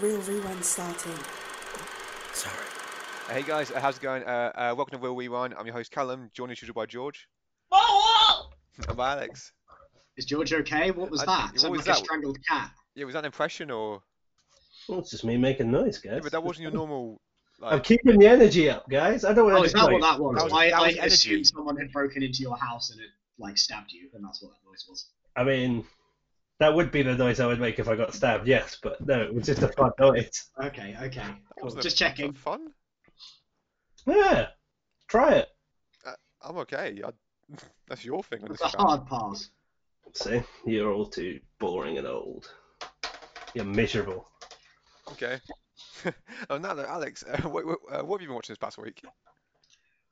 Real rewind starting. Sorry. Hey guys, uh, how's it going? Uh, uh, welcome to Will Rewind. I'm your host Callum, joined as usual by George Whoa, whoa! and by Alex. Is George okay? What was I- that? what Sounded was like that? a strangled cat. Yeah, was that an impression or? Well, it's just me making noise, guys. Yeah, but that wasn't your normal. I'm Like, keeping the energy up, guys. I don't want Oh, to. is that what that was? That was- I, that I was energy. assumed someone had broken into your house and had like stabbed you, and that's what that noise was. I mean, that would be the noise I would make if I got stabbed. Yes, but no, it was just a fun noise. Okay, okay. that wasn't Just a- checking. was that Fun. Yeah, try it. I'm okay. I... That's your thing on this. It's a channel. hard pass. See, you're all too boring and old. You're miserable. Okay. oh, now though, Alex, uh, what, what, uh, what have you been watching this past week?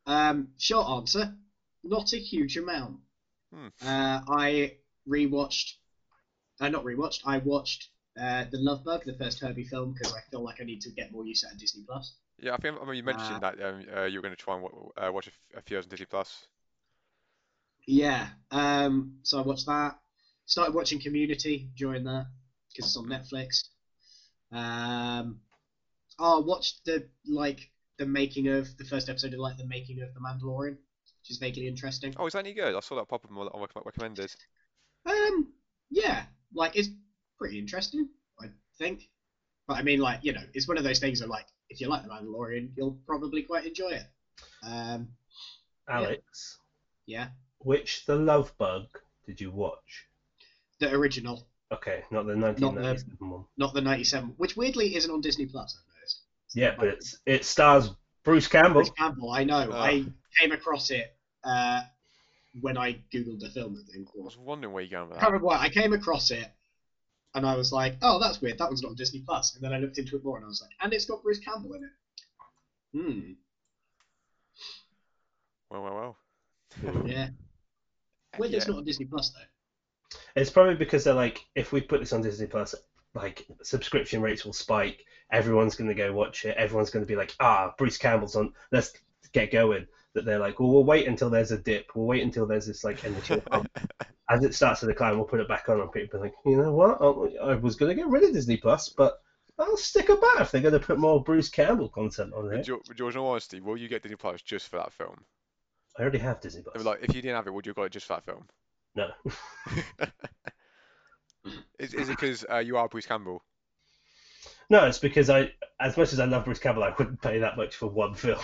Um, short answer, not a huge amount. Hmm. Uh, I rewatched, uh, not rewatched. I watched uh, the Love Bug, the first Herbie film, because I feel like I need to get more use out of Disney Plus. Yeah, I think I remember you mentioned that um, uh, you were going to try and w- uh, watch a, f- a few hours on Disney Plus. Yeah. Um, so I watched that. Started watching Community during that because it's on Netflix. Um, oh, I watched the like the making of the first episode of like the making of the Mandalorian, which is vaguely interesting. Oh, is that any good? I saw that pop up on my on my recommend- recommended. Um, yeah, like it's pretty interesting, I think. But I mean, like you know, it's one of those things that like if you like the Mandalorian, you'll probably quite enjoy it. Um, Alex, yeah, which The Love Bug did you watch? the original, Okay, not the 1997 one. not the '97, which weirdly isn't on Disney Plus. I've noticed. Yeah, but it's, it stars Bruce Campbell. Bruce Campbell, I know. Ah. I came across it uh, when I googled the film. I think. I Or, was wondering where you're going with that. I can't remember why. I came across it, and I was like, "Oh, that's weird. That one's not on Disney Plus." And then I looked into it more, and I was like, "And it's got Bruce Campbell in it." Hmm. Well, well, well. Hmm. Yeah. Heck Weird. yeah. It's not on Disney Plus though. It's probably because they're like, if we put this on Disney Plus, like subscription rates will spike. Everyone's going to go watch it. Everyone's going to be like, ah, Bruce Campbell's on. Let's get going. That they're like, well, we'll wait until there's a dip. We'll wait until there's this like energy pump. As it starts to decline, we'll put it back on. And people are like, you know what? I I was going to get rid of Disney Plus, but I'll stick about if they're going to put more Bruce Campbell content on But it. Geor- George, in all honesty, will you get Disney Plus just for that film? I already have Disney I Plus. mean, like, if you didn't have it, would you have got it just for that film? no. Is, is it because uh, you are Bruce Campbell? No, it's because I, as much as I love Bruce Campbell, I wouldn't pay that much for one film.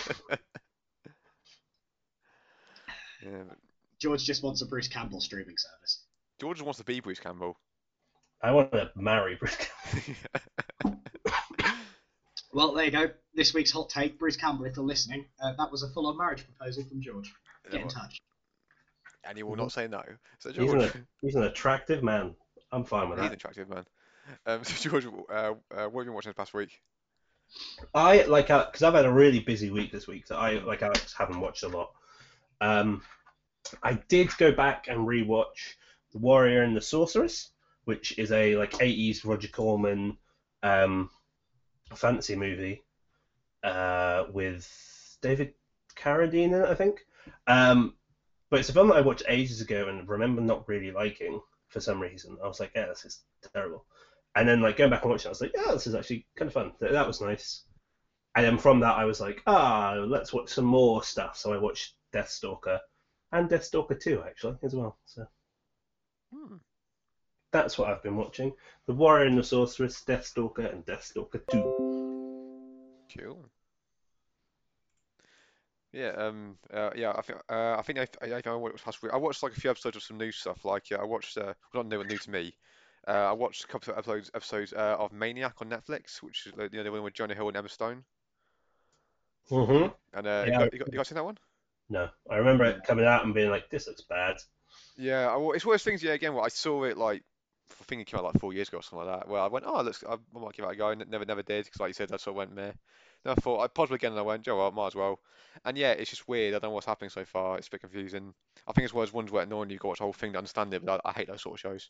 Yeah. but George just wants a Bruce Campbell streaming service. George wants to be Bruce Campbell. I want to marry Bruce Campbell. Well, there you go. This week's hot take, Bruce Campbell. If you're listening, uh, that was a full-on marriage proposal from George. Get in touch. and he will not say no. So He's George, an- He's an attractive man. I'm fine with he's an that. attractive man. Um, so George, uh, uh, what have you been watching this past week? I like because I've had a really busy week this week, so I like I haven't watched a lot. Um, I did go back and rewatch The Warrior and the Sorceress, which is a like 80s Roger Corman um, fantasy movie uh, with David Carradine, in it, I think. Um, but it's a film that I watched ages ago and remember not really liking for some reason. I was like, yeah, this is terrible. And then like going back and watching, it, I was like, yeah, this is actually kind of fun. Th- That was nice. And then from that, I was like, ah, let's watch some more stuff. So I watched Deathstalker and Deathstalker 2 actually as well. So Hmm. that's what I've been watching: The Warrior and the Sorceress, Deathstalker, and Deathstalker 2. Cool. Yeah, um, uh, yeah, I think, uh, I think I, I, I watched last week. I watched like a few episodes of some new stuff. Like, uh, I watched, uh, well, not new, new to me. Uh, I watched a couple of episodes, episodes uh, of Maniac on Netflix, which is the, the other one with Jonah Hill and Emma Stone. Mm-hmm. And uh, you, Yeah. got, you, got, you guys seen that one? No, I remember it coming out and being like, this looks bad. Yeah, I, wa- it's one of those things. Yeah, again, where I saw it like, I think it came out like four years ago or something like that. Where I went, oh, looks, I, I might give that a go, and it never, never did because, like you said, that's what went meh. Then I thought I paused again, and I went, Joe, well, might as well. And yeah, it's just weird. I don't know what's happening so far. It's a bit confusing. I think it's one of those ones where normally you've got to watch the whole thing to understand it, but I, I hate those sort of shows.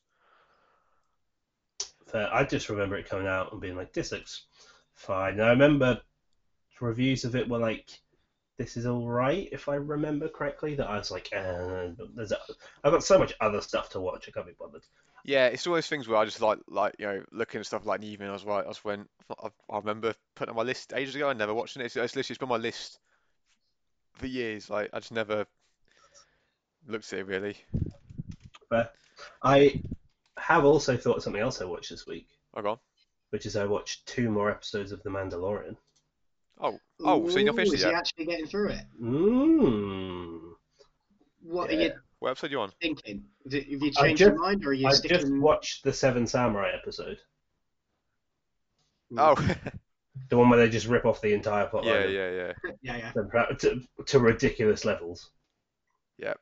So I just remember it coming out and being like, this looks fine. And I remember reviews of it were like, this is all right, if I remember correctly. That I was like, uh, there's a, I've got so much other stuff to watch, I can't be bothered. Yeah, it's all those things where I just like like you know looking at stuff like in the evening. I was like, I was when I, I remember putting on my list ages ago. I never watched it. It's, it's literally it's been on my list for years. Like I just never looked at it really. But I have also thought of something else I watched this week, Oh, go on. which is I watched two more episodes of The Mandalorian. Oh, oh, so you're not Ooh, finished it Is he yet? actually getting through it? Mmm. What are Yeah. you What episode you on? thinking? Have you have you I changed your just- mind, or are you I sticking? just watched the Seven Samurai episode, Oh, the one where they just rip off the entire plot yeah, yeah, yeah. yeah, yeah. to, to ridiculous levels. Yep.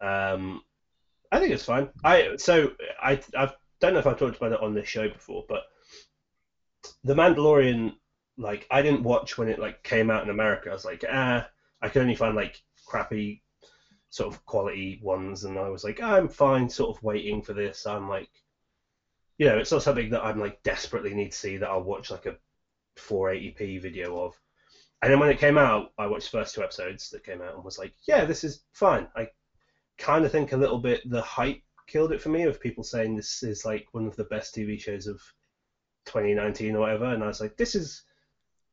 Um, I think it's fine. I so I I don't know if I've talked about it on this show before, but the Mandalorian, like I didn't watch when it like came out in America. I was like, ah, I could only find like crappy sort of quality ones, and I was like, I'm fine, sort of waiting for this. I'm like, you know, it's not something that I'm like desperately need to see that I'll watch like a 480p video of. And then when it came out, I watched the first two episodes that came out and was like, yeah, this is fine. I kind of think a little bit the hype killed it for me of people saying this is like one of the best TV shows of 2019 or whatever. And I was like, this is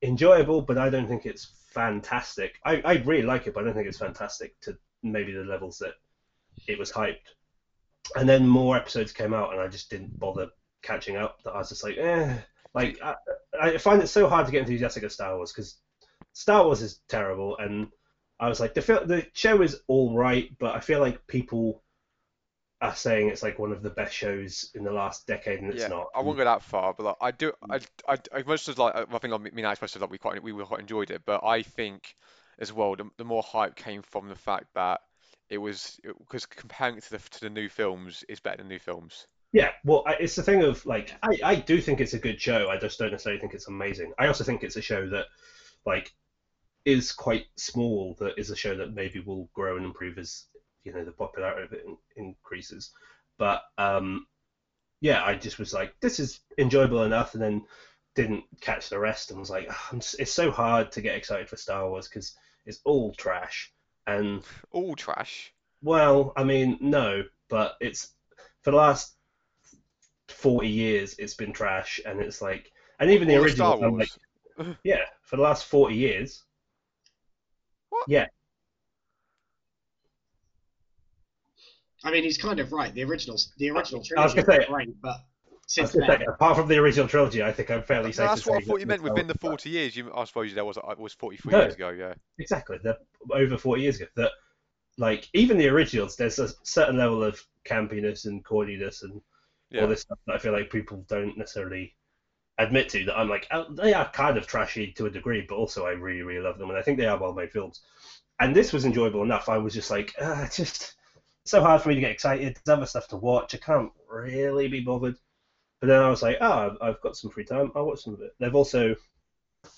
enjoyable, but I don't think it's fantastic. I, I really like it, but I don't think it's fantastic to maybe the levels that it was hyped. And then more episodes came out, and I just didn't bother catching up. That I was just like, eh. Like I, I find it so hard to get enthusiastic of Star Wars because Star Wars is terrible, and I was like, the fil- the show is all right, but I feel like people are saying it's like one of the best shows in the last decade, and it's Yeah, not. I won't go that far, but like, I do. I, I, I much as like I think I mean I expressed that we quite we quite enjoyed it, but I think as well the, the more hype came from the fact that it was because comparing it to the to the new films is better than new films. Yeah, well, I, it's the thing of like I, I do think it's a good show. I just don't necessarily think it's amazing. I also think it's a show that like is quite small. That is a show that maybe will grow and improve as you know the popularity of it in, increases. But um, yeah, I just was like, this is enjoyable enough, and then didn't catch the rest and was like, "Ah, I'm s it's so hard to get excited for Star Wars because it's all trash and. All trash. Well, I mean, no, but it's for the last forty years, it's been trash, and it's like, and even the All of original, Star I'm like, Wars. yeah, for the last forty years, I mean, he's kind of right. The original, the original I was trilogy gonna say- was great, but I was since gonna then, say, apart from the original trilogy, I think I'm fairly No, safe that's to what I say thought that you meant Star within the Wars- 40 years. You, I suppose there was it was 43 No. years ago. Yeah. Exactly, they're over forty years ago. That like even the originals, there's a certain level of campiness and corniness and Yeah. all this stuff that I feel like people don't necessarily admit to. That I'm like, oh, they are kind of trashy to a degree, but also I really, really love them, and I think they are well-made films. And this was enjoyable enough. I was just like, ah, it's just so hard for me to get excited. There's other stuff to watch. I can't really be bothered. But then I was like, ah, I've got some free time. I'll watch some of it. They've also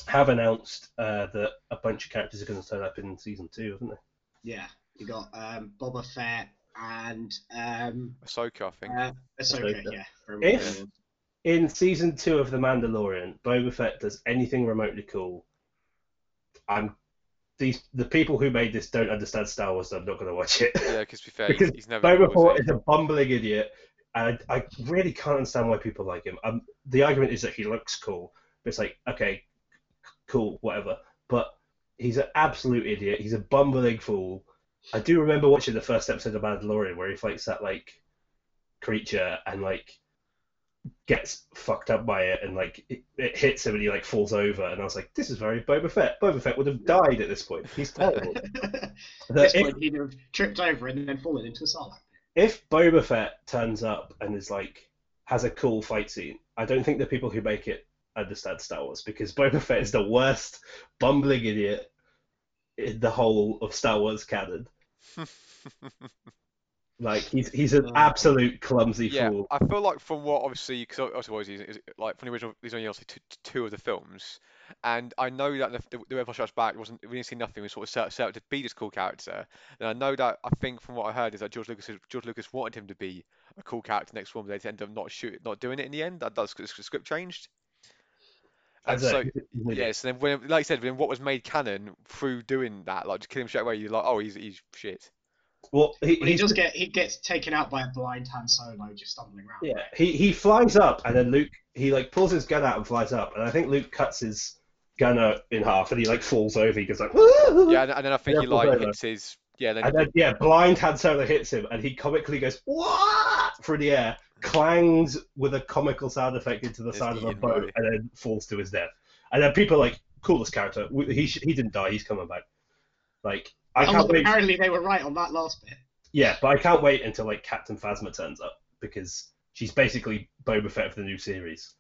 have announced uh, that a bunch of characters are going to turn up in season two, haven't they? yeah, you got um, Boba Fett and um, Ahsoka, I think. uh, Ahsoka. Ahsoka. Yeah. from- If- in season two of The Mandalorian, Boba Fett does anything remotely cool, I'm these the people who made this don't understand Star Wars, so I'm not going to watch it. Yeah, because to be fair, he's- Because he's never Boba good, was Fett is a bumbling idiot, and I really can't understand why people like him. Um, the argument is that he looks cool, but it's like okay, c- cool, whatever. But he's an absolute idiot. He's a bumbling fool. I do remember watching the first episode of Mandalorian where he fights that like creature and like gets fucked up by it and like it, it hits him and he like falls over and I was like, this is very Boba Fett. Boba Fett would have died at this point. He's terrible. At this That if- point, he'd have tripped over and then fallen into a silo. if Boba Fett turns up and is like has a cool fight scene, I don't think the people who make it understand Star Wars because Boba Fett is the worst bumbling idiot in the whole of Star Wars canon. he? Like he's he's an Uh, absolute clumsy Mm. Yeah, fool. I feel like from what obviously, because obviously what is he- is it- like from the original, these only obviously two, two of the films, and I know that the, the, the Empire Strikes Back wasn't we didn't see nothing. We sort of set, set up to be this cool character, and I know that I think from what I heard is that George Lucas George Lucas wanted him to be a cool character next film, but they ended up not shoot not doing it in the end. That does the script changed. And That's so it. yeah, so then when, like I said, when what was made canon through doing that, like just killing him straight away, you're like, oh, he's he's shit. Well, he, But he he's- does get he gets taken out by a blind hand solo just stumbling around. Yeah, he, he flies up, and then Luke he like pulls his gun out and flies up, and I think Luke cuts his gun out in half, and he like falls over. He goes like, "Woo!" Yeah, and, and then I think Yeah, he full like favour. hits his yeah, then and then yeah, blind Han Solo hits him, and he comically goes what through the air, clangs with a comical sound effect into the It's side of a Ian boat, Murray. and then falls to his death. And then people are like, coolest character. W- He sh- he didn't die. He's coming back. Like I And can't wait. Oh, apparently they were right on that last bit. Yeah, but I can't wait until like Captain Phasma turns up because she's basically Boba Fett of the new series.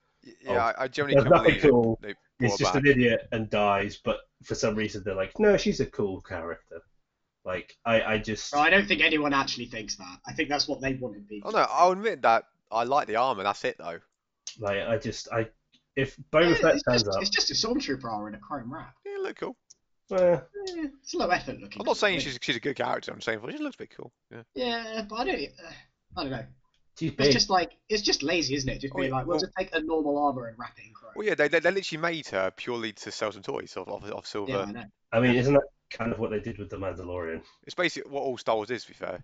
yeah, I, I generally Oh, There's couldn't nothing believe it. cool. they brought He's just back. an idiot and dies, but for some reason they're like, no, she's a cool character. Like I, I just So I don't think anyone actually thinks that. I think that's what they wanted people. Oh no, I'll admit that I like the armor. That's it though. like I just I if Yeah, Boba Fett it's, turns just, up, it's just a stormtrooper armor in a chrome wrap. Yeah, it looked cool. eh, Eh, It's low effort looking. I'm not saying she's she's a good character. I'm saying well, she looks a bit cool. Yeah. Yeah, but I don't. Uh, I don't know. she's It's big. just like it's just lazy, isn't it? Just Oh, being yeah, like, we'll well- just take a normal armor and wrap it in chrome. Well, yeah, they, they, they literally made her purely to sell some toys off off, off silver. yeah, I know. I mean, isn't that kind of what they did with the Mandalorian? It's basically what all Star Wars is, to be fair.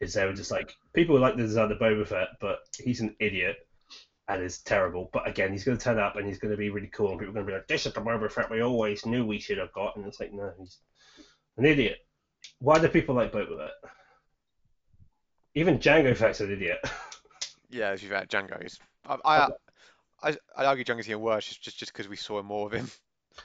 Is they were just like people like the design of Boba Fett, but he's an idiot and is terrible. But again, he's going to turn up and he's going to be really cool, and people are going to be like, this is the Boba Fett we always knew we should have got, and it's like, no, he's an idiot. Why do people like Boba Fett? Even Django Fett's an idiot. Yeah, to be fair, Django is. I I I I'd argue Django's even worse just just just because we saw more of him.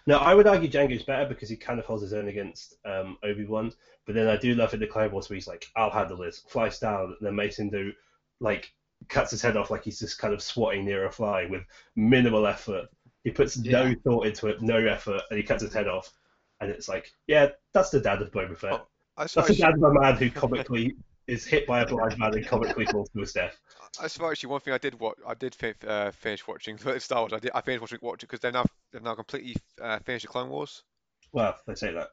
No, I would argue Django's better because he kind of holds his own against um, Obi Wan. But then I do love in the Clone Wars where he's like, "I'll handle this," flies down, and then Mason do like cuts his head off like he's just kind of swatting near a fly with minimal effort. He puts Yeah. no thought into it, no effort, and he cuts his head off. And it's like, yeah, that's the dad of Boba Fett. Oh, I that's the suppose dad of a man who comically is hit by a blind man and comically falls to his death. I suppose actually one thing I did what I did fin- uh, finish watching Star Wars. I did I finished watching watch it because they've now they've now completely uh, finished the Clone Wars. Well, they say that.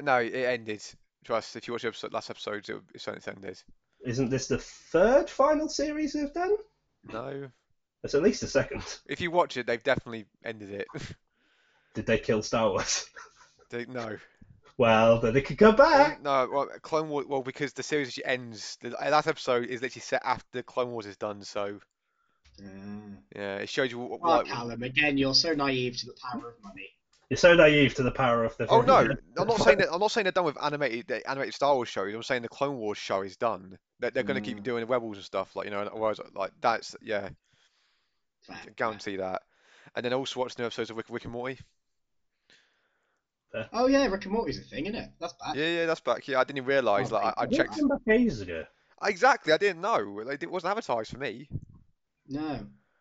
No, it ended. Trust if you watch the episode, last episode, it- it's when it's ended. Isn't this the third final series they've done? No, It's at least the second. if you watch it, they've definitely ended it. Did they kill Star Wars? They- no. Well, then it could come Well, back. No, well, Clone Wars. Well, because the series actually ends. The last episode is literally set after Clone Wars is done. So Uh, yeah, it shows you what. oh, like, Callum, again, you're so naive to the power of money. You're so naive to the power of the. oh no, I'm not saying that. I'm not saying they're done with animated the animated Star Wars shows. I'm saying the Clone Wars show is done. They're, they're going to keep Mm. doing Rebels and stuff like you know. and- Whereas like that's yeah, Fair. guarantee that. And then also watch new episodes of Rick, Rick and Morty. Oh yeah, Rick and Morty's a thing, isn't it? That's bad. Yeah, yeah, that's back. Yeah, I didn't even realise. Oh, Like I, I thank It checked. came back ages ago. Exactly, I didn't know. Like, it wasn't advertised for me. No.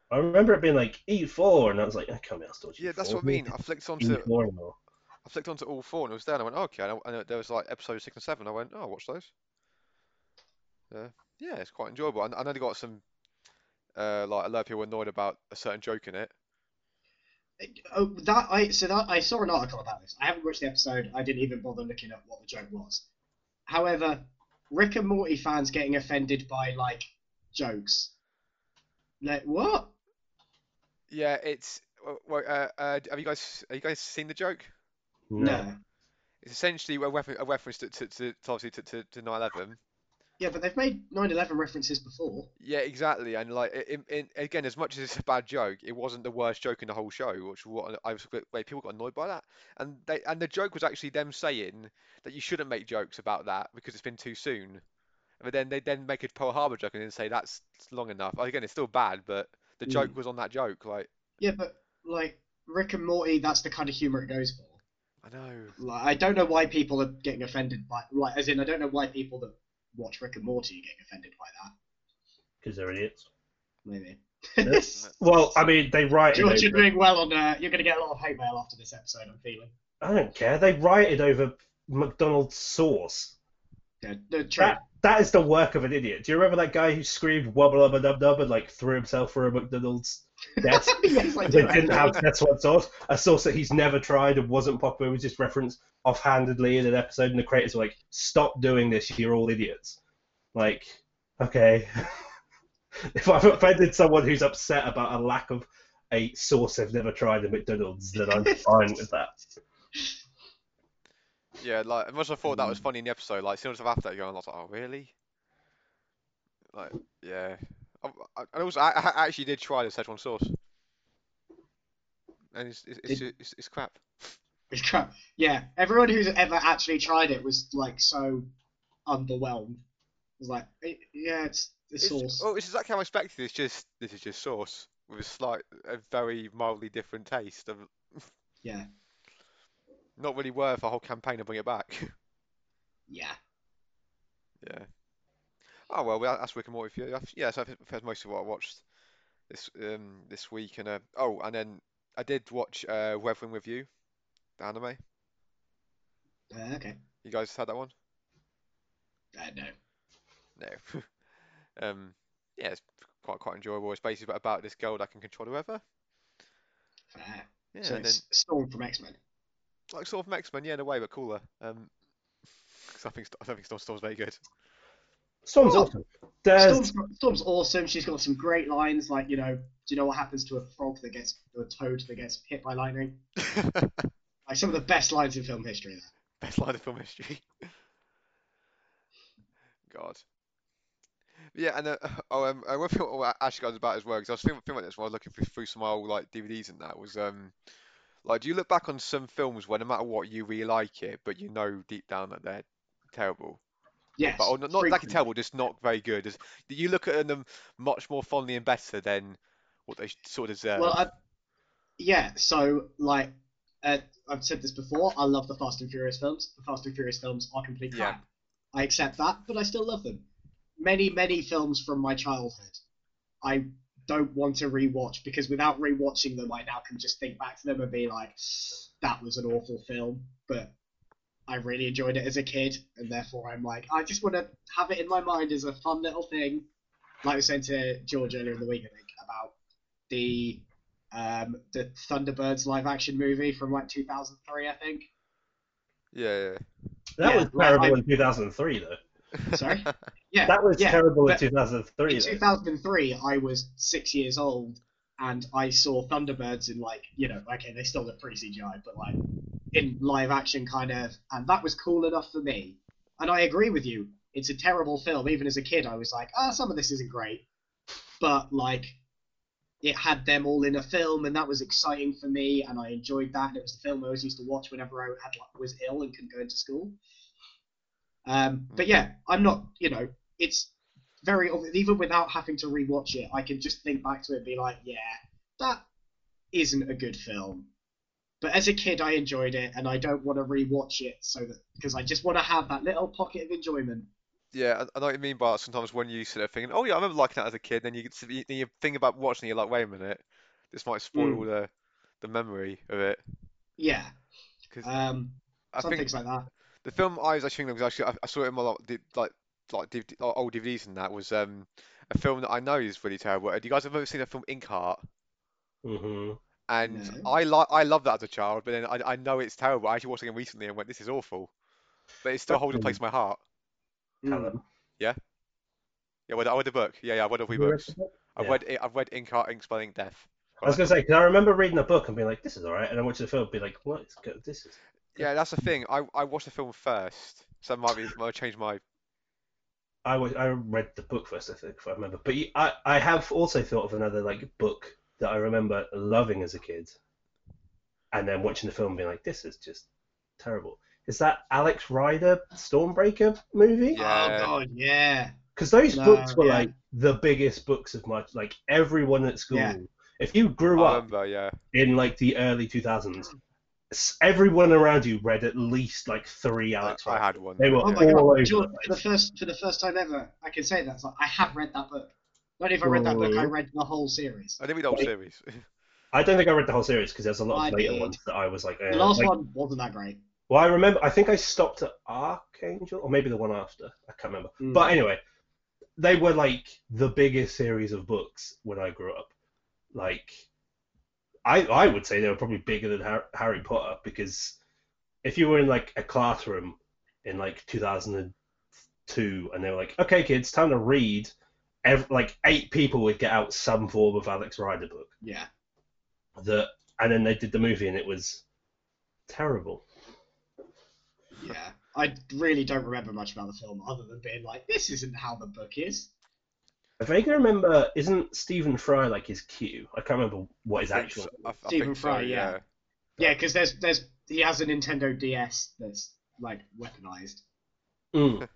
I remember it being like E4, and I was like, I can't be asked to watch Yeah, that's E4. what I mean. I flicked onto E4 E anymore. I flicked onto all four and it was there. And I went, "Oh, okay. And, I, and there was like episode six and seven. I went, oh, I'll watch those. Yeah, yeah, it's quite enjoyable. And I know they got some, uh, like a lot of people were annoyed about a certain joke in it. Oh, that I so that I saw an article about this. I haven't watched the episode. I didn't even bother looking up what the joke was. However, Rick and Morty fans getting offended by like jokes. Like what? Yeah, it's. w- w- Uh, uh, have you guys have you guys seen the joke? No. No. It's essentially a, refer a reference to, to, to, to obviously to, to, to 9/11. Yeah, but they've made 9/11 references before. Yeah, exactly. And like, i in, in, again, as much as it's a bad joke, it wasn't the worst joke in the whole show, which what I was a bit- like, people got annoyed by that. And they and the joke was actually them saying that you shouldn't make jokes about that because it's been too soon. But then they then make a Pearl Harbor joke and then say that's long enough. Again, it's still bad, but the joke was on that joke. Like, Yeah, but like Rick and Morty, that's the kind of humor it goes for. I know. Like, I don't know why people are getting offended by like as in I don't know why people that watch Rick and Morty are getting offended by that. Because they're idiots. Maybe. Yes. Well, I mean, they rioted. George, you're Over, doing well on. Uh, you're going to get a lot of hate mail after this episode. I'm feeling. I don't care. They rioted over McDonald's sauce. Yeah, no, true. That, that is the work of an idiot. Do you remember that guy who screamed wubba lubba dub dub and like threw himself through a McDonald's desk? Yes, I They do. didn't have Szechuan sauce, a sauce that he's never tried and wasn't popular. It was just referenced offhandedly in an episode, and the creators were like, "Stop doing this! You're all idiots." Like, okay, if I've offended someone who's upset about a lack of a sauce I've never tried at McDonald's, then I'm fine with that. Yeah, like as much as I thought Hmm. that was funny in the episode, like as soon as I've after that going, I was like, oh really? Like, yeah. I, I, and also, I, I actually did try the Szechuan sauce, and it's it's it's, Did- it's, it's crap. It's crap. Yeah, everyone who's ever actually tried it was like so underwhelmed. It was like, it, yeah, it's the It's, sauce. Oh, it's exactly how I expected. It's just this is just sauce with a slight, a very mildly different taste. Of, Yeah, not really worth a whole campaign to bring it back. yeah. yeah. Oh well, well, that's Rick and Morty for you. That's- Yeah, so I think that's most of what I watched this um this week. And uh, oh, and then I did watch uh Weathering with You, the anime. Uh, okay. You guys had that one? Uh, no. No. um, yeah, it's quite quite enjoyable. It's basically about this girl that can control the weather. Fair. Yeah, so and then it's Storm from X Men. like sort of X-Men, yeah, in a way, but cooler. Um, 'cause I think St- I don't think Storm Storm's very good. Storm's Oh. awesome. There's Storm's, Storm's awesome. She's got some great lines, like you know, do you know what happens to a frog that gets or a toad that gets hit by lightning? Like some of the best lines in film history. There. Best line of film history. God. Yeah, and uh, oh, um, uh, one thing I actually got about as well, because I was thinking, thinking about this when I was looking through, through some old like DVDs and that was um, like, do you look back on some films where no matter what you really like it, but you know deep down that they're terrible? Yes. but oh, not, not like frequently. terrible, just not very good. Just, you look at them much more fondly and better than what they sort of deserve. Well, I, yeah. So like, uh, I've said this before. I love the Fast and Furious films. The Fast and Furious films are complete Yeah. crap. I accept that, but I still love them. Many, many films from my childhood, I don't want to rewatch because without rewatching them, I now can just think back to them and be like, that was an awful film, but I really enjoyed it as a kid, and therefore I'm like, I just want to have it in my mind as a fun little thing. Like I was saying to George earlier in the week, I think about the um, the Thunderbirds live action movie from like 2003, I think. yeah, yeah. that yeah, was terrible I- in 2003 though. Sorry. Yeah. That was yeah, terrible in but 2003 In though. 2003, I was six years old, and I saw Thunderbirds in like you know, okay, they still look pretty CGI, but like in live action kind of, and that was cool enough for me. And I agree with you. It's a terrible film. Even as a kid, I was like, ah, some of this isn't great, but like. It had them all in a film, and that was exciting for me, and I enjoyed that. And it was the film I always used to watch whenever I had, like, was ill and couldn't go into school. Um, but yeah, I'm not, you know, it's very obvious. Even without having to rewatch it, I can just think back to it and be like, yeah, that isn't a good film. But as a kid, I enjoyed it, and I don't want to rewatch it so that because I just want to have that little pocket of enjoyment. Yeah, I I know what you mean by that. sometimes when you sit there thinking, oh yeah, I remember liking that as a kid, then you, get to be- then you think about watching it, you're like, wait a minute, this might spoil Mm. the the memory of it. Yeah, 'Cause um, I some think things like that. the film I was actually thinking of was actually, I, I saw it in my lot, di- like, like DVD, like, old DVDs and that was um a film that I know is really terrible. Do you guys have ever seen a film Inkheart? hmm And No. I like I love that as a child, but then I, I know it's terrible. I actually watched it again recently and went, this is awful. But it still holds a place in my heart. Mm. Callum. Yeah, well, I read the book. Yeah, yeah, I read all three books. I've Yeah. read it, I've read Inkheart, Ink Spelling Death. I was gonna say because I remember reading a book and being like, "This is alright," and I watched the film, and be like, "What? Go- This is." Yeah, that's the thing. I, I watched the film first, so that might be might change my. I wa- I read the book first, I think, if I remember. But you- I I have also thought of another like book that I remember loving as a kid, and then watching the film, and being like, "This is just terrible." Is that Alex Rider Stormbreaker movie? Yeah. Oh god, yeah. Because those No, books were yeah. like the biggest books of my like everyone at school. Yeah. If you grew I up remember, yeah. in like the early 2000s, s- everyone around you read at least like three I, Alex I Rider. had one. They were Oh my all god, over George, the for the place. first for the first time ever, I can say that it's like, I have read that book. Not even read that book. I read the whole series. I didn't read the whole Like- series. I don't think I read the whole series because there's a lot of I later did. ones that I was like, eh. The last like- one wasn't that great. Well, I remember. I think I stopped at Archangel or maybe the one after. I can't remember. Mm. But anyway, they were like the biggest series of books when I grew up. Like, I I would say they were probably bigger than Har- Harry Potter because if you were in like a classroom in like 2002 and they were like, okay, kids, time to read, ev- like eight people would get out some form of Alex Rider book. Yeah. that, and then they did the movie, and it was terrible. Yeah, I really don't remember much about the film other than being like, this isn't how the book is. I vaguely remember, isn't Stephen Fry like his Q? I can't remember what his I think actual. so- I- I Stephen think so, Fry, yeah. Yeah, because there's there's he has a Nintendo DS that's like weaponized. Mm.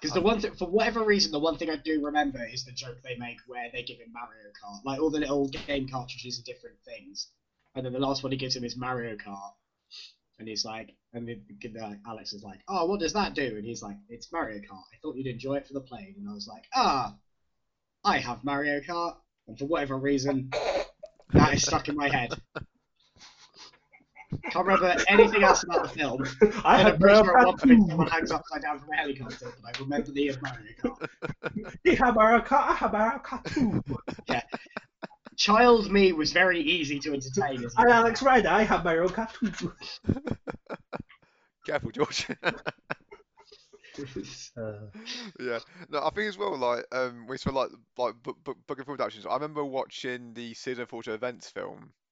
Because the Um, one thing, for whatever reason, the one thing I do remember is the joke they make where they give him Mario Kart, like all the little game cartridges are different things, and then the last one he gives him is Mario Kart, and he's like, and the, the, like, Alex is like, oh, what does that do? And he's like, it's Mario Kart. I thought you'd enjoy it for the plane, and I was like, ah, I have Mario Kart, and for whatever reason, that is stuck in my head. Can't remember anything else about the film. Mm. I And had I'm pretty no sure at one point idea. someone hangs upside down from a helicopter, but I remember the Mario Kart. He had Mario Kart, I had Mario Kart too. Child me was very easy to entertain. as And well. Alex Ryder, I had Mario Kart too. Careful, George. Uh, yeah. No, I think as well, like um, we saw like like book book, book and film adaptations. I remember watching the season four to events film.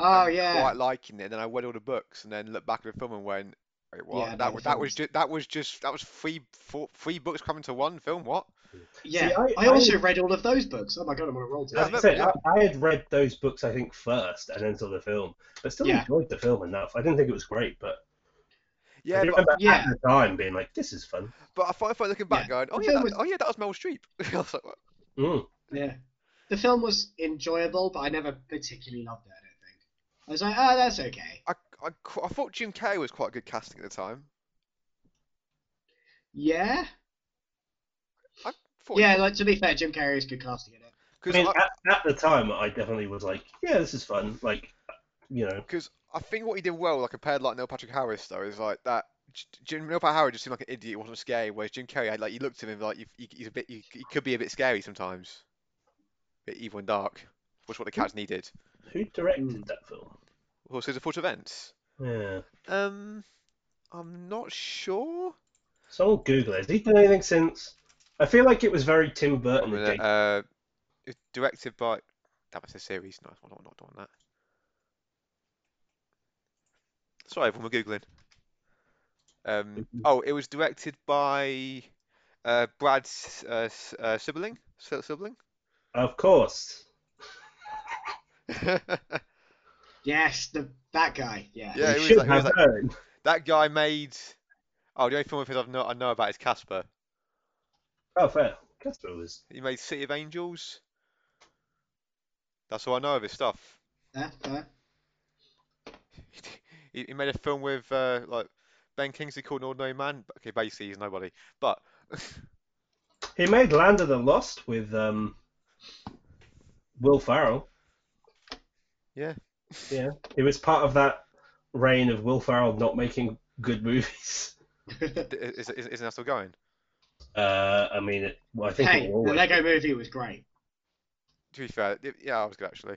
Oh and yeah, quite liking it. And then I read all the books and then looked back at the film and went, Wait, what? Yeah, no, that was that film was is- just that was just that was three four, three books coming to one film. What? yeah. See, I, I- also I- read all of those books. Oh my god, I'm on a roll as today. I, said, I, I had read those books, I think, first, and then saw the film, but still Yeah. enjoyed the film enough. I didn't think it was great, but I Yeah, do but, remember yeah. at the time being like, "This is fun." but I find, find looking back going, oh The yeah, film that, was- oh yeah, that was Mel Streep. I was like, what? Mm. Yeah, the film was enjoyable, but I never particularly loved it. I don't think. I was like, oh, that's okay. I, I, qu- I thought Jim Carrey was quite good casting at the time. Yeah, I thought yeah. Like to be fair, Jim Carrey is good casting in it. I because mean, at, at the time, I definitely was like, "Yeah, this is fun." Like, you know, Because I think what he did well, like compared like Neil Patrick Harris, though, is like that. J- Jim Neil Patrick Harris just seemed like an idiot, wasn't scary. Whereas Jim Carrey, had, like you looked at him like you, you, he's a bit, you, he could be a bit scary sometimes, a bit evil and dark, which is what the Hmm. cats needed. who directed Mm. that film? Also, the Fort Events. Hmm. Yeah, Um, I'm not sure. someone Google it. Has he done anything since? I feel like it was very Tim Burton. One minute, adjacent. uh, it's directed by. That was a series. No, I'm not, not doing that. Sorry, everyone, we're googling. Um, Mhm. oh, it was directed by uh, Brad S- uh, S- uh, Sibling. S- Sibling. Of course. yeah, Yes, the that guy. Yeah. Yeah. you it was should like- it was have like- known. that guy made. Oh, the only film of his I've know, I know about is Casper. Oh, fair. Casper was. He made City of Angels. That's all I know of his stuff. Yeah, yeah. he, he made a film with uh, like Ben Kingsley called An Ordinary Man. but- Okay, basically he's nobody. But He made Land of the Lost with um, Will Farrell. Yeah. Yeah. It was part of that reign of Will Farrell not making good movies. d- is, is, isn't that still going? Uh, I mean, it, well, I think hey, it the will always. Lego Movie was great. To be fair, y- yeah, I was good actually.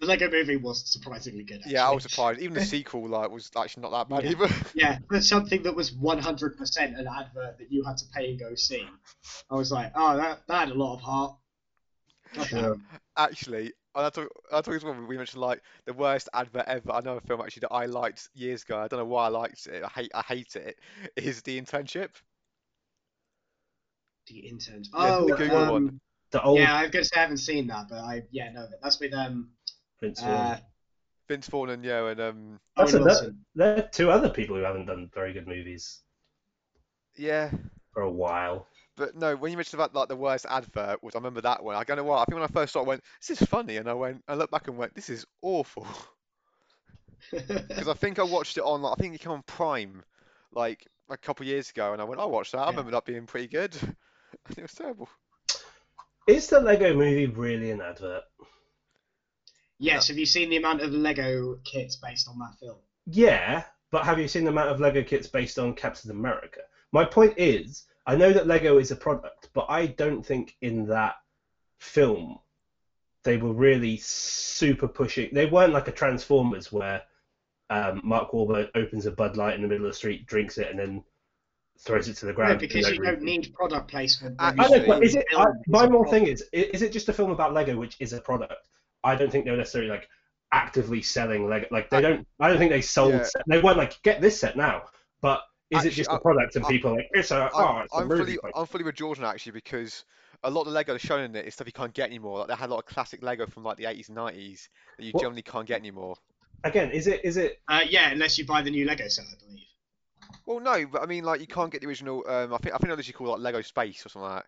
The Lego Movie was surprisingly good. Actually. Yeah, I was surprised. Even the sequel like was actually not that bad Yeah. either. Yeah, for something that was 100% an advert that you had to pay and go see. I was like, oh, that, that had a lot of heart. God damn. Yeah. actually, and I talk, I talk as well. We mentioned like the worst advert ever. I know a film actually that I liked years ago. I don't know why I liked it. I hate I hate it. Is the internship? The intern. Yeah, Oh, the Google um, one. The old yeah, I was going to say I haven't seen that, but I, yeah, no, but that's with, um, Prince uh, William. Vince Vaughn and yeah, and um That's Owen another- Wilson. There are two other people who haven't done very good movies yeah. for a while. But no, when you mentioned about like the worst advert, was I remember that one. I don't know why. I think when I first saw it, I went, "This is funny," and I went, I looked back and went, "This is awful." Because I think I watched it on, like, I think it came on Prime, like a couple years ago, and I went, "I watched that. I Yeah. remember that being pretty good." And it was terrible. Is the Lego movie really an advert? yes, have you seen the amount of Lego kits based on that film? Yeah, but have you seen the amount of Lego kits based on Captain America? My point is, I know that Lego is a product, but I don't think in that film they were really super pushing. They weren't like a Transformers where um, Mark Wahlberg opens a Bud Light in the middle of the street, drinks it, and then throws it to the ground. No, because for you no don't reason. need product placement. I- when I you don't Actually, know, film is it, I, film. my whole thing is, i- is it just a film about Lego, which is a product? I don't think they were necessarily like, actively selling Lego. Like they don't. I don't think they sold. Yeah. Set. They weren't like get this set now. But is it Actually, just a I- product and I- people are like it's a oh I'm, it's a I'm movie. fully, like, I'm fully with Jordan actually because a lot of the Lego they're showing in it is stuff you can't get anymore. Like they had a lot of classic Lego from like the 80s and 90s that you What- generally can't get anymore. Again, is it is it Uh, yeah, unless you buy the new Lego set, I believe. Well, no, but I mean like you can't get the original. Um, I think I think they're literally called like Lego Space or something like that.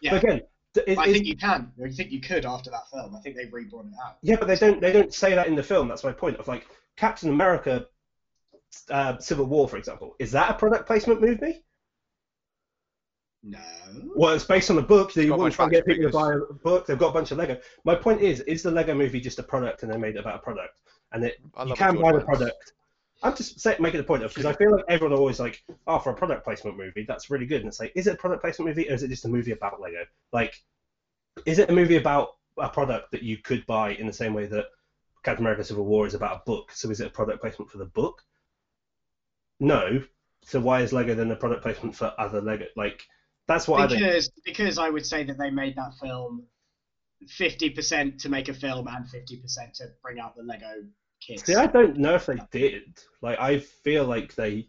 Yeah. again? d- Is, I is- think you can. I think you could after that film. I think they've rebrought it out. yeah, but they don't they don't say that in the film. That's my point. Of like Captain America, uh, Civil War, for example, is that a product placement movie? No. Well, it's based on a book. They Got a want bunch to try of and get action people to buy a book. They've got a bunch of Lego. My point is, is the Lego movie just a product and they made it about a product? And it, I you love can what buy Jordan the went. product. I'm just say, making a point of because I feel like everyone always like, oh, for a product placement movie, that's really good. And it's like, is it a product placement movie or is it just a movie about Lego? Like, is it a movie about a product that you could buy in the same way that Captain America: Civil War is about a book? So is it a product placement for the book? No. So why is Lego then a product placement for other Lego? Like, that's what I think. because because I would say that they made that film fifty percent to make a film and fifty percent to bring out the Lego kits. See, I don't know if they did. Like, I feel like they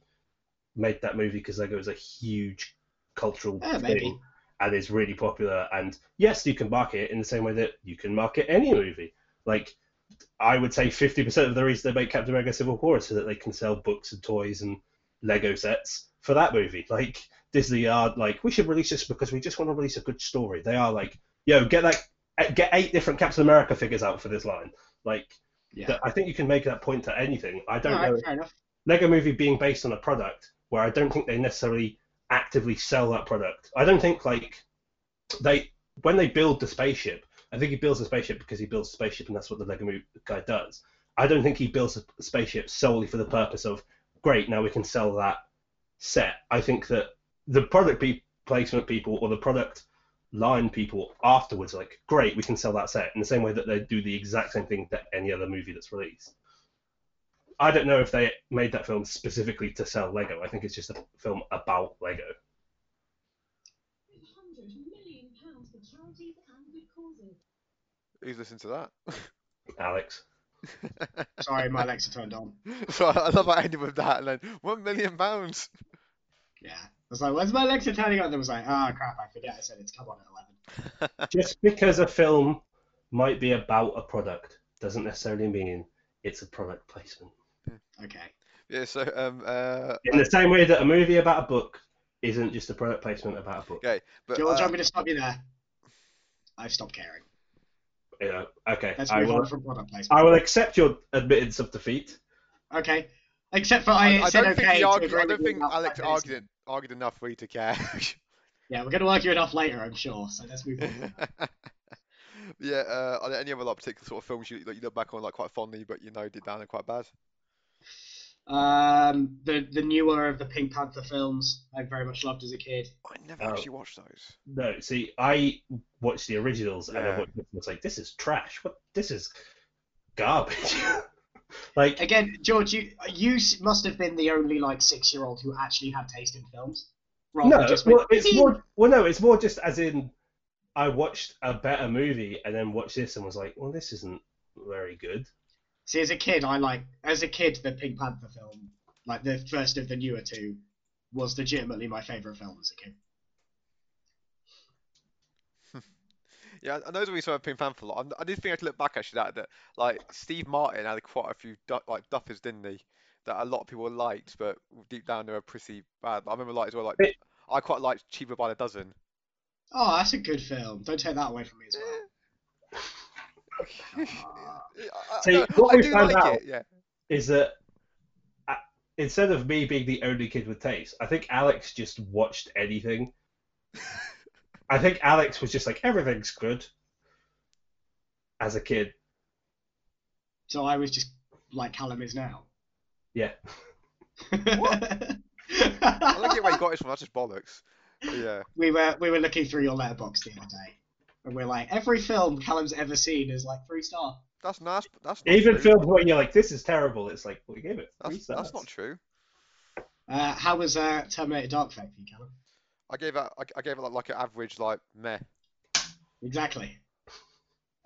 made that movie because Lego is a huge cultural Yeah, thing maybe. and is really popular. And yes, you can market it in the same way that you can market any movie. Like, I would say 50% of the reason they make Captain America Civil War is so that they can sell books and toys and Lego sets for that movie. Like, Disney are like, we should release this because we just want to release a good story. They are like, yo, get that, get eight different Captain America figures out for this line. Like, Yeah. that I think you can make that point to anything. I don't Alright, know fair enough. Lego Movie being based on a product where I don't think they necessarily actively sell that product. I don't think like they when they build the spaceship. I think he builds the spaceship because he builds a spaceship, and that's what the Lego Movie guy does. I don't think he builds a spaceship solely for the purpose of great. Now we can sell that set. I think that the product pe- placement people or the product line people afterwards are like great we can sell that set in the same way that they do the exact same thing that any other movie that's released I don't know if they made that film specifically to sell Lego. I think it's just a film about Lego. Who's listened to that? Alex, Sorry, my legs are turned on. So I I love how I ended with that and then one million pounds. Yeah. I was like, when's my legs are turning on? Then I was like, oh crap, I forget. I said it's come on at eleven. just because a film might be about a product doesn't necessarily mean it's a product placement. Okay. Yeah, so um uh In the same way that a movie about a book isn't just a product placement about a book. okay, but George, uh, I'm going to stop you there. I've stopped caring. You know, okay, Let's I move will. on from product placement. I will accept your admittance of defeat. Okay. Except for I, I said don't think okay he to argued, agree I don't with you think about Alex five minutes. argued argued enough for you to care. Yeah, we're going to argue enough later, I'm sure. So let's move on. yeah, uh, are there any other like particular sort of films you that you look back on like quite fondly, but you know deep down are quite bad? Um, the the newer of the Pink Panther films, I very much loved as a kid. I never Oh. actually watched those. No, see, I watched the originals and I Yeah. watched it and it's like this is trash. What this is garbage. like Again, George, you you s- must have been the only like six year old who actually had taste in films. Rather No, than just well, went, it's "Ee." more. Well, no, it's more just as in, I watched a better movie and then watched this and was like, well, this isn't very good. See, as a kid, I like as a kid the Pink Panther film, like the first of the newer two, was legitimately my favorite film as a kid. Yeah, I know the reason I've been fan for a lot. I'm- I did think I had to look back actually that that like Steve Martin had quite a few du like duffers, didn't he? That a lot of people liked, but deep down they were pretty bad. I remember like as well like Bit- I quite liked Cheaper by the Dozen. Oh, that's a good film. Don't take that away from me as well. Ah. Yeah, I, See, no, what I we do found like out- it. Yeah, Is that I- instead of me being the only kid with taste, I think Alex just watched anything. I think Alex was just like everything's good. As a kid, So I was just like Callum is now. Yeah. What? I don't get where you got it from. That's just bollocks. But yeah, we were we were looking through your letterbox the other day, and we're like, every film Callum's ever seen is like three star. that's nice. but That's not even true. films where you're like, "This is terrible," it's like, "We gave it three That's that's not stars." true. Uh, how was uh, Terminator Dark Fate for you, Callum? I gave it. I, I gave it like, like an average like meh. Exactly.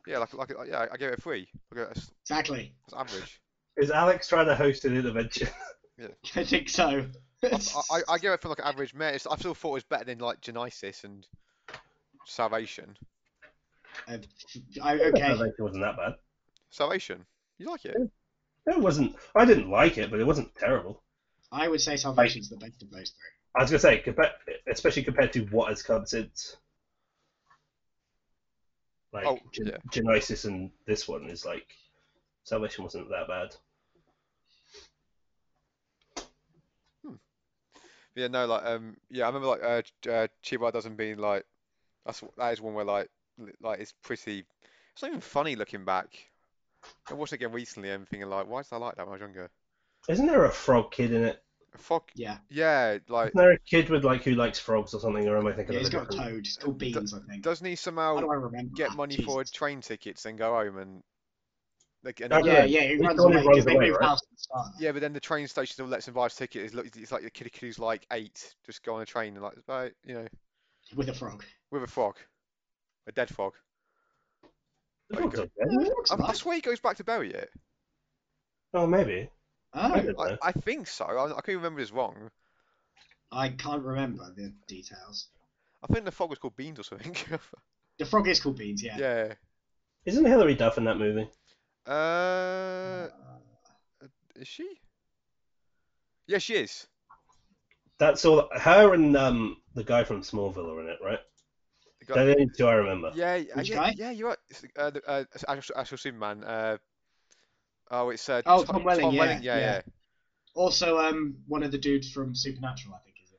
Yeah, like, like, like yeah, I gave it a three. Look at that's, Exactly. that's average. Is Alex trying to host an intervention? I think so. I, I, I gave it from like an average mare. It's- I still thought it was better than like Genesis and Salvation. Um, I- okay. it wasn't that bad. Salvation. You like it? Mm. It wasn't. I didn't like it, but it wasn't terrible. I would say Salvation's the best of those three. I was gonna say, compa- especially compared to what has come since, like Oh, Gen- yeah. Genesis and this one is like Salvation wasn't that bad. Yeah, no, like um, yeah, I remember like uh, Ch- uh Chihuahua doesn't being like that's that is one where like li- like it's pretty. It's not even funny looking back. I watched it again recently and thinking like, why did I like that when I was younger? Isn't there a frog kid in it? Fuck Yeah. yeah, like Isn't there a kid with like who likes frogs or something? Or am I thinking yeah of he's a got different? Toad. It's called Beans, I think. doesn't he How somehow do I remember? get that? money Jesus. for train tickets and go home and like and That- then- Yeah, yeah, he He runs totally away runs because they away, move right? house at the start. yeah, but then the train station still lets him buy a ticket. It's, like- it's like the kid kid who's like eight, just go on a train and like about you know With a frog. with a frog, a dead frog. The frog's Okay. okay, isn't it? Frog's I, I nice. swear he goes back to bury it. Oh, maybe. I Oh, don't I, know. I think so. I, I could remember this wrong. I can't remember the details. I think the frog was called Beans or something. The frog is called Beans, yeah. yeah. Isn't Hilary Duff in that movie? Uh, Uh, is she? Yeah, she is. That's all. Her and um the guy from Smallville are in it, right? The They're guy- the only two I remember. yeah, yeah, Which yeah, guy? yeah, you're right. It's, Uh, the, uh, it's actual, actual Superman. Uh, oh, it's uh, Oh, Tom, Tom Welling, yeah, Welling. Yeah, yeah. also, um, one of the dudes from Supernatural, I think, is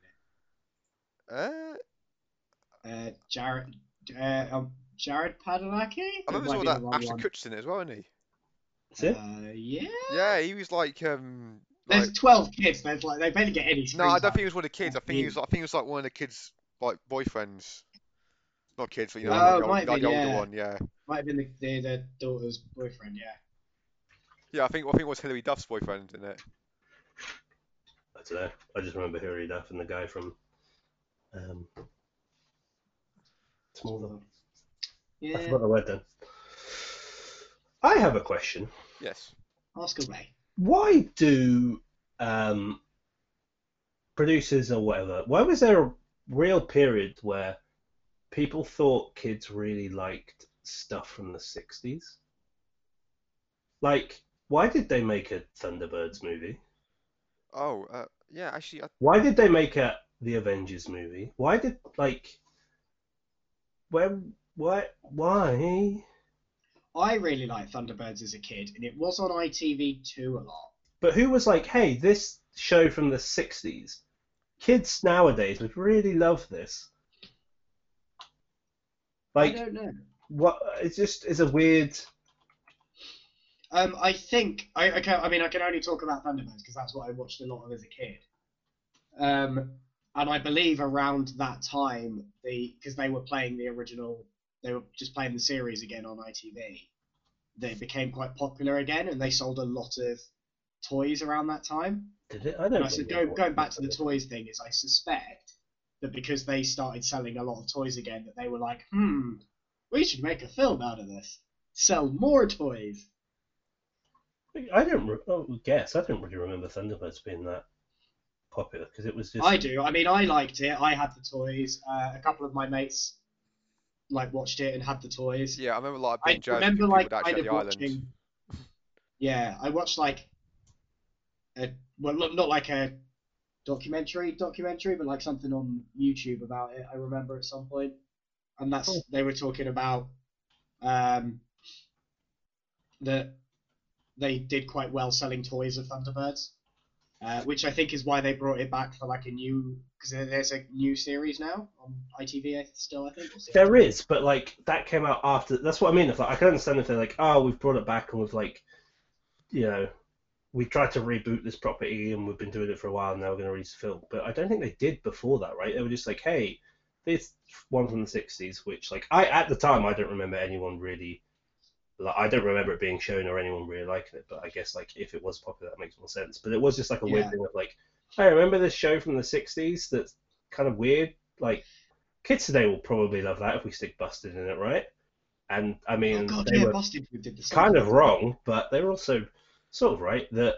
in yeah. Uh, it. Uh, Jared, uh, um, Jared Padalecki? I remember Might saw be that the wrong Ashton one. Kutcher's in it as well, isn't he? See? Uh, yeah. Yeah, he was like, um, like, There's 12 kids. There's like they barely get any no, screen I don't time. think he was one of the kids. I think he was, I think he was like one of the kids, like boyfriends, not kids, but you know, Oh, like, the old- might have like the been, older yeah. one. Yeah, Might have been the, the, their daughter's boyfriend, yeah. yeah. I think I think it was Hilary Duff's boyfriend in it. I don't know. I just remember Hilary Duff and the guy from um, Smallville. I Yeah, forgot the word then. I have a question. Yes. Oscar Ray. Why do um, producers or whatever? Why was there a real period where people thought kids really liked stuff from the '60s? Like, why did they make a Thunderbirds movie? Oh, uh, yeah, actually, I, why did they make a the Avengers movie? Why did like where why why? I really liked Thunderbirds as a kid, and it was on ITV2 a lot. But who was like, hey, this show from the '60s, kids nowadays would really love this. I Like don't know. what? It's just it's a weird. Um, I think I okay. I mean, I can only talk about Thunderbirds because that's what I watched a lot of as a kid. Um, and I believe around that time, the because they were playing the original, they were just playing the series again on ITV. They became quite popular again, and they sold a lot of toys around that time. Did it? I don't. And I said, really know go, what- going back to the toys thing is, I suspect that because they started selling a lot of toys again, that they were like, hmm, we should make a film out of this, sell more toys. I don't. Re- oh, guess I don't really remember Thunderbirds being that popular because it was just. I do. I mean, I liked it. I had the toys. Uh, a couple of my mates like watched it and had the toys. yeah, I remember like I being jealous of remember people like that actually kind had the of island. watching. Yeah, I watched like a well, not, not like a documentary, documentary, but like something on YouTube about it. I remember at some point, and that's Cool. they were talking about um, that they did quite well selling toys of Thunderbirds, uh, which I think is why they brought it back for like a new because there's a new series now on ITV I- still I think. or There is, but like that came out after. That's what I mean. It's like I can understand if they're like, oh, we've brought it back and we've like, you know, we tried to reboot this property and we've been doing it for a while and now we're going to release a film. But I don't think they did before that, right? They were just like, hey, this one from the '60s, which like I at the time I don't remember anyone really. Like, I don't remember it being shown or anyone really liking it, but I guess like if it was popular, that makes more sense. But it was just like a weird Yeah. thing of like, I remember this show from the '60s that's kind of weird. Like kids today will probably love that if we stick Busted in it, right? And I mean, oh god, they yeah, were Boston Food did the same. kind of wrong, but they were also sort of right that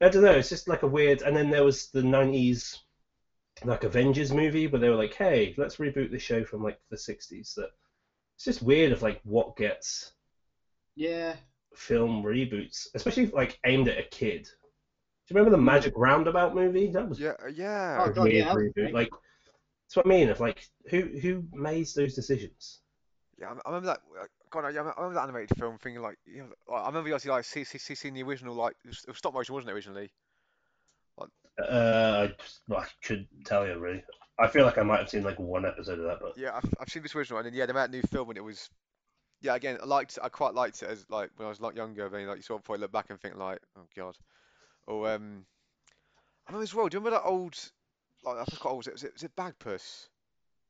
I don't know. It's just like a weird. And then there was the '90s like Avengers movie, but they were like, hey, let's reboot the show from like the '60s. That it's just weird of like what gets Yeah. film reboots, especially like aimed at a kid. Do you remember the Magic Roundabout movie? That was Yeah, uh, yeah. Oh, a God, weird yeah. reboot. Like that's what I mean. Of like who who made those decisions? Yeah, I I remember that. uh, God, I I remember that animated film thing. Like, you know, like, I remember you actually like see, see, see- seeing the original. Like, it was, it was stop motion, wasn't it originally? Uh, I, just- well, I could tell you really. I feel like I might have seen like one episode of that, but Yeah, I've, I've seen this original, and then yeah, they made a new film, and it was. Yeah, again, I liked. I quite liked it as like when I was a lot younger. Then like you sort of probably look back and think like, oh god, or um, I remember as well. Do you remember that old? Like, I forgot what was it. Was it, was it Bagpuss?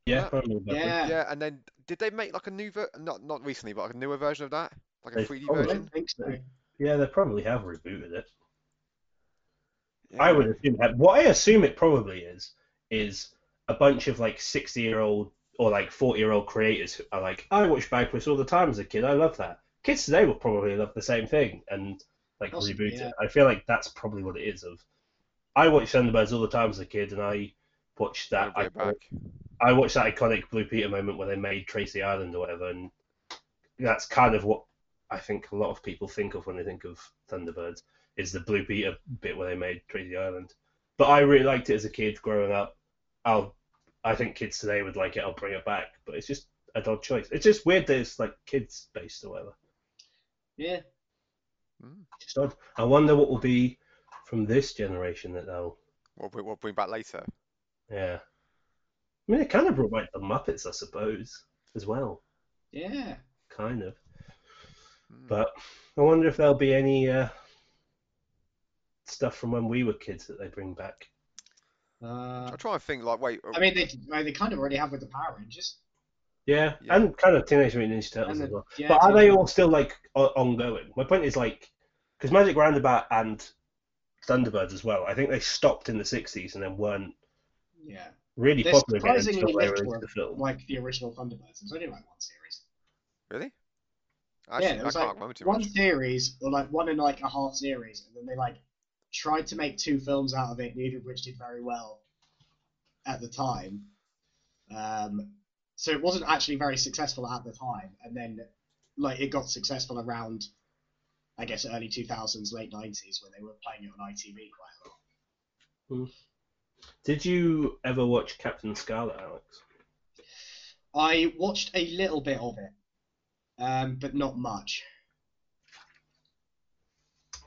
yeah, Yeah. probably about that. Yeah. Yeah, and then did they make like a new ver- not not recently, but like a newer version of that, like a They 3D probably- I version? don't think so. yeah, they probably have rebooted it. I Yeah. would assume that. What I assume it probably is is a bunch of like sixty-year-old or like forty-year-old creators who are like, I watched Bagpuss all the time as a kid. I love that. Kids today will probably love the same thing and like Awesome, reboot yeah. it. I feel like that's probably what it is. Of I watched Thunderbirds all the time as a kid, and I watched that. Wanna bring iconic- it back. I watched that iconic Blue Peter moment where they made Tracy Island or whatever, and that's kind of what I think a lot of people think of when they think of Thunderbirds is the Blue Peter bit where they made Tracy Island. But I really liked it as a kid growing up. I'll, I think kids today would like it. I'll bring it back, but it's just a odd choice. It's just weird that it's like kids based or whatever. Yeah. Mm. Just odd. I wonder what will be from this generation that they'll. We'll, bring- we'll bring back later. Yeah. I mean, it kind of brought back the Muppets, I suppose, as well. Yeah. Kind of. Hmm. Mm. But I wonder if there'll be any uh, stuff from when we were kids that they bring back. Uh, I'm trying to think. Like, wait, I mean, they well, they kind of already have with the Power Rangers. Yeah, Yeah. and kind of Teenage Mutant Ninja Turtles And as the- well. yeah, but are Teenage they Mutant- all still like o- ongoing? My point is like, because Magic Roundabout and Thunderbirds as well, I think they stopped in the '60s and then weren't Yeah. really They're popular again until surprisingly they little released the film. like the original Thunderbirds. There's only like one series. really? Actually, there I was, can't like, remember too One much. series, or like one and like a half series, and then they like tried to make two films out of it, neither of which did very well at the time. Um, so it wasn't actually very successful at the time, and then like it got successful around, I guess, early 2000s, late 90s, when they were playing it on ITV quite a lot. Did you ever watch Captain Scarlet, Alex? I watched a little bit of it, um, but not much.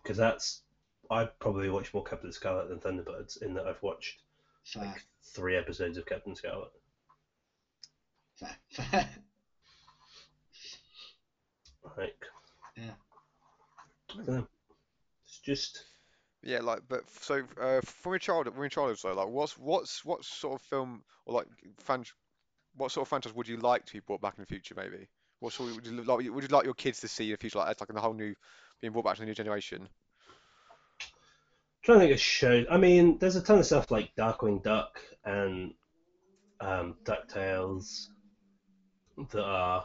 Because that's I probably watched more Captain Scarlet than Thunderbirds in that I've watched Fair, three episodes of Captain Scarlet. fair, fair. Like, Yeah. I don't know. It's just Yeah, like, but f- so uh, from your childhood, from your childhood, so like, what's what's what sort of film or like fran what sort of franchise would you like to be brought back in the future, maybe? What sort would you like? Would you like your kids to see in the future, like as like in the whole new being brought back to the new generation? trying to think of shows. I mean, there's a ton of stuff like Darkwing Duck and um, Ducktales that are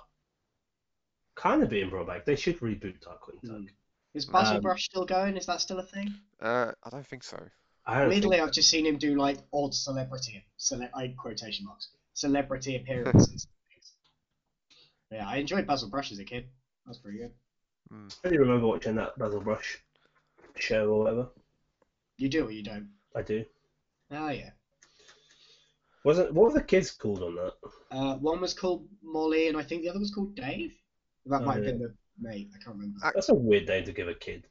kind of being brought back. They should reboot Darkwing Duck. Hmm. Is Basil Um, Brush still going? Is that still a thing? Uh, I don't think so. I don't Weirdly, think, I've just seen him do like odd celebrity, cele- I quotation marks, celebrity appearances. yeah, I enjoyed Basil Brush as a kid. That was pretty good. I really remember watching that Basil Brush show or whatever. You do or you don't? I do. Oh yeah. Wasn't what were the kids called on that? Uh, one was called Molly, and I think the other was called Dave. That Oh, might have yeah. been the mate. I can't remember. Ah. That's a weird name to give a kid.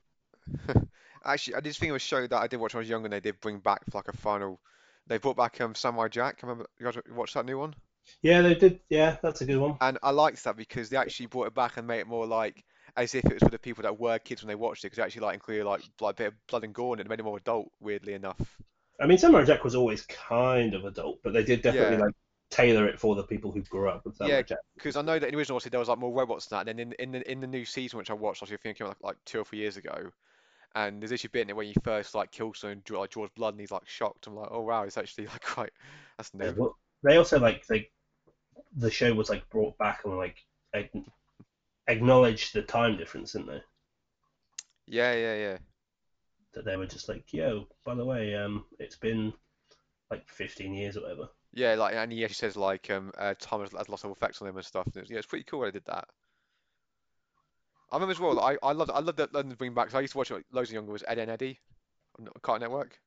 Actually, I did think of a show that I did watch when I was younger, and they did bring back like a final. They brought back um Samurai Jack. I remember you guys watched that new one? Yeah, they did. Yeah, that's a good one. And I liked that because they actually brought it back and made it more like as if it was for the people that were kids when they watched it, because actually like included like like a bit of blood and gore and it made it more adult, weirdly enough. I mean, Samurai Jack was always kind of adult, but they did definitely Yeah. like tailor it for the people who grew up with Samurai Yeah, Jack. Because I know that in the original obviously there was like more robots than that, and then in, in the in the new season which I watched, obviously I think it came out like, like two or three years ago, and there's actually a bit in it when you first like kill someone, draw, like draws blood and he's like shocked. I'm like, oh wow, it's actually like quite that's Yeah, new. well, they also like they, the show was like brought back and like a- acknowledged the time difference, didn't they? Yeah, yeah, yeah. That they were just like, yo, by the way, um, it's been like 15 years or whatever. Yeah, like and he actually says like um uh, time has, has lost all effects on him and stuff. And it was, yeah, it's pretty cool how they did that. I remember as well. I I loved I loved that London bring back. I used to watch it like, loads of younger was Ed and Eddie on Cartoon Network.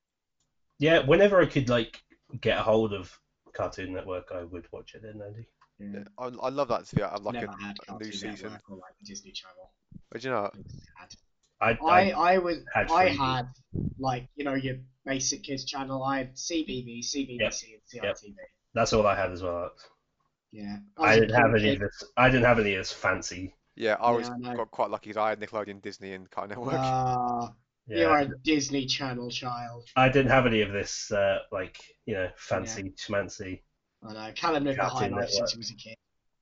Yeah, whenever I could like get a hold of Cartoon Network, I would watch it then, Andy. Yeah. I, I love that. Yeah, I'm like Never a, had a new Cartoon season. Network or like the Disney Channel. But you know, Had. I, I, I I was had I Freebie. had like you know your basic kids channel. I had CBB, CBBC, and Yep. CRTV. that's all I had as well. Alex. Yeah, was I a didn't have kid. any of this. I didn't have any of this fancy. yeah, I Yeah, was I know. got quite lucky 'cause I had Nickelodeon, Disney, and Cartoon Network. Ah, Yeah. You're a Disney Channel child. I didn't have any of this uh, like you know fancy schmancy. I know. uh, Callum lived the high Cartoon life Network. since he was a kid.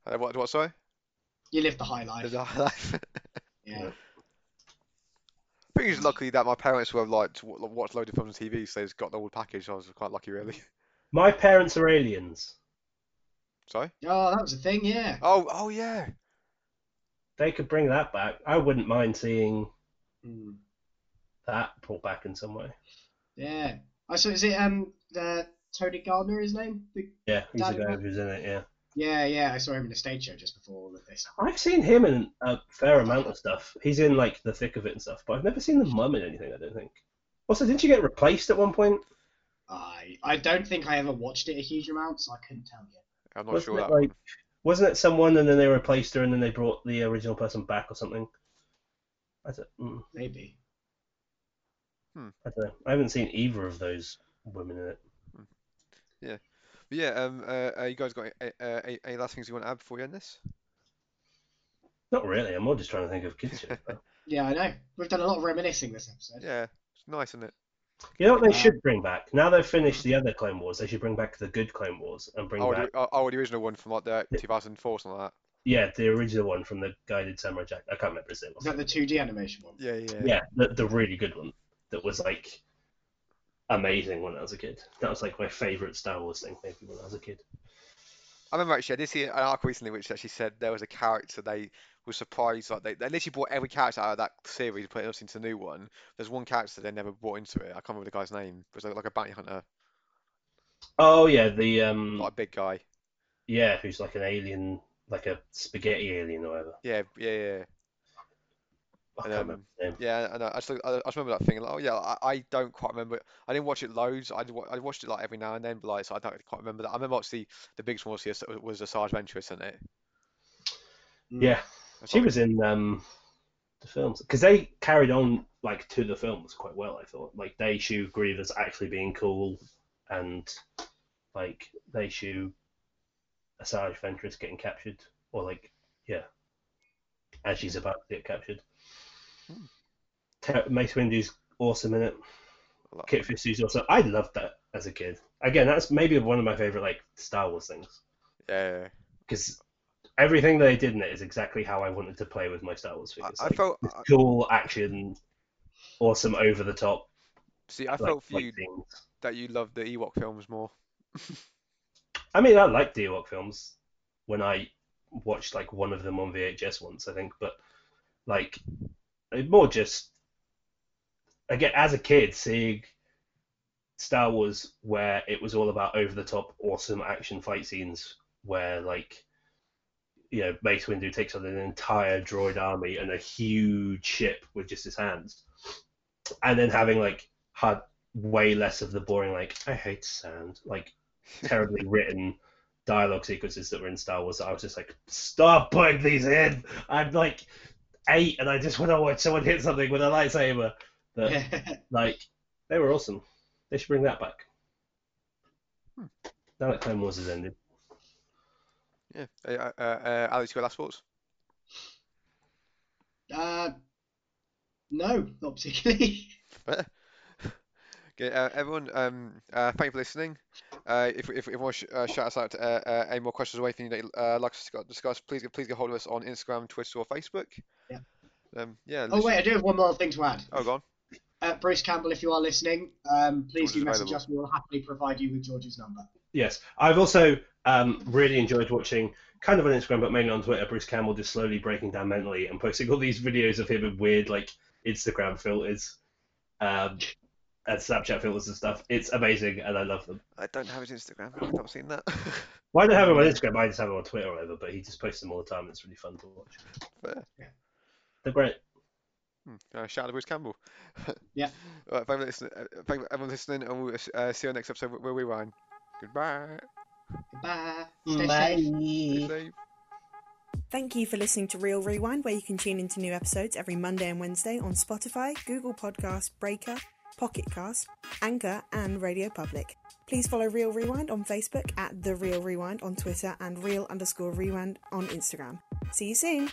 Uh, what what sorry? You lived the high life. The life. Yeah. I think it's lucky that my parents were like to wa- watch loads of films and TV, so they just got the whole package. So I was quite lucky, really. My parents are aliens. Sorry. Oh, that was a thing. Yeah. Oh, oh yeah. They could bring that back. I wouldn't mind seeing Hmm. that brought back in some way. Yeah. I saw. Is it um the Tony Gardner? His name? The, Yeah, he's the Daddy guy Rock. who's in it. Yeah, yeah, yeah. I saw him in a stage show just before all of this. I've seen him in a fair amount of stuff. He's in like the thick of it and stuff, but I've never seen the mum in anything. I don't think. Also, didn't you get replaced at one point? I I don't think I ever watched it a huge amount, so I couldn't tell you. I'm not Wasn't sure it that like- one. Wasn't it someone, and then they replaced her, and then they brought the original person back or something? I don't, mm, Maybe. I don't know. I haven't seen either of those women in it. But yeah. Um. Uh, uh. You guys got a, a, a, any last things you want to add before we end this? Not really. I'm more just trying to think of kids shows. now. Yeah, I know. We've done a lot of reminiscing this episode. Yeah. It's nice, isn't it? you know what they Uh, should bring back? Now they've finished the other Clone Wars, they should bring back the good Clone Wars and bring Oh, back the, oh, oh, the original one from like the Yeah. 2004 or something like yeah the original one from the guided Samurai Jack. I can't remember his name. Is that the 2D animation one? that. Yeah, yeah. Yeah, the, the really good one that was like amazing when I was a kid. That was like my favorite Star Wars thing maybe when I was a kid. I remember actually, I did see an article recently which actually said there was a character they were surprised like they, they literally brought every character out of that series and put it into the new one. There's one character they never brought into it. I can't remember the guy's name. It was like, like a bounty hunter, Oh yeah, the um like a big guy. yeah, who's like an alien, like a spaghetti alien or whatever. Yeah, yeah, yeah, And, I can't remember his name. yeah. And I, I just look- I, I just remember that thing. Like, oh yeah, I, I don't quite remember. It. I didn't watch it loads. I, I watched it like every now and then, but like so I don't quite remember that. I remember obviously the biggest one was the, was the Sarge Ventress, isn't it? Mm. Yeah, That's she like- was in um the films because they carried on like to the films quite well. I thought like they shoe Grievous actually being cool, and like they shoe Asajj Ventress getting captured, or like yeah, as she's about to get captured. Hmm. Ter- Mace Windu's awesome in it. I like- Kit Fistu's also. I loved that as a kid. Again, that's maybe one of my favorite like Star Wars things Yeah. yeah. because everything they did in it is exactly how I wanted to play with my Star Wars figures. I Like, felt- this I- cool action, awesome over the top. See, I felt for like, you things. that you loved the Ewok films more. I mean, I liked the Ewok films when I watched like one of them on VHS once, I think, but like it more just again as a kid seeing Star Wars where it was all about over the top awesome action fight scenes where like you know Mace Windu takes on an entire droid army and a huge ship with just his hands and then having like had way less of the boring like I hate sand like terribly written dialogue sequences that were in Star Wars that I was just like stop putting these in I'm like eight and I just want to watch someone hit something with a lightsaber but like they were awesome. They should bring that back. Hmm. Now that Clone Wars has ended, Yeah. Uh, uh, uh, Alex, you got last thoughts? uh, no, not particularly. Okay, uh, everyone, um, uh, thank you for listening. Uh, if if if want sh uh, shout us out, uh, uh, any more questions or anything that you, uh, like us to discuss, please get please get hold of us on Instagram, Twitter, or Facebook. Yeah. Um, yeah. oh literally- wait, I do have one more thing to add. Oh, go on. Uh, Bruce Campbell, if you are listening, um, please George do is message available. us. We will happily provide you with George's number. yes, I've also um, really enjoyed watching kind of on Instagram, but mainly on Twitter, Bruce Campbell just slowly breaking down mentally and posting all these videos of him in weird like Instagram filters, um, and Snapchat filters and stuff. It's amazing, and I love them. I don't have his Instagram. I've not seen that. Why do I have him on Instagram? I just have him on Twitter or whatever, but he just posts them all the time. It's really fun to watch. Fair. They're great. Hmm. Uh, shout out to Bruce Campbell. Yeah. All right, thank you for listening, uh, thank you for everyone listening, and we'll uh, see you next episode where we whine. Goodbye. Bye. Stay safe. Be safe. Thank you for listening to Real Rewind, where you can tune into new episodes every Monday and Wednesday on Spotify, Google Podcasts, Breaker, Pocket Cast, Anchor, and Radio Public. Please follow Real Rewind on Facebook at The Real Rewind on Twitter and Real underscore Rewind on Instagram. See you soon.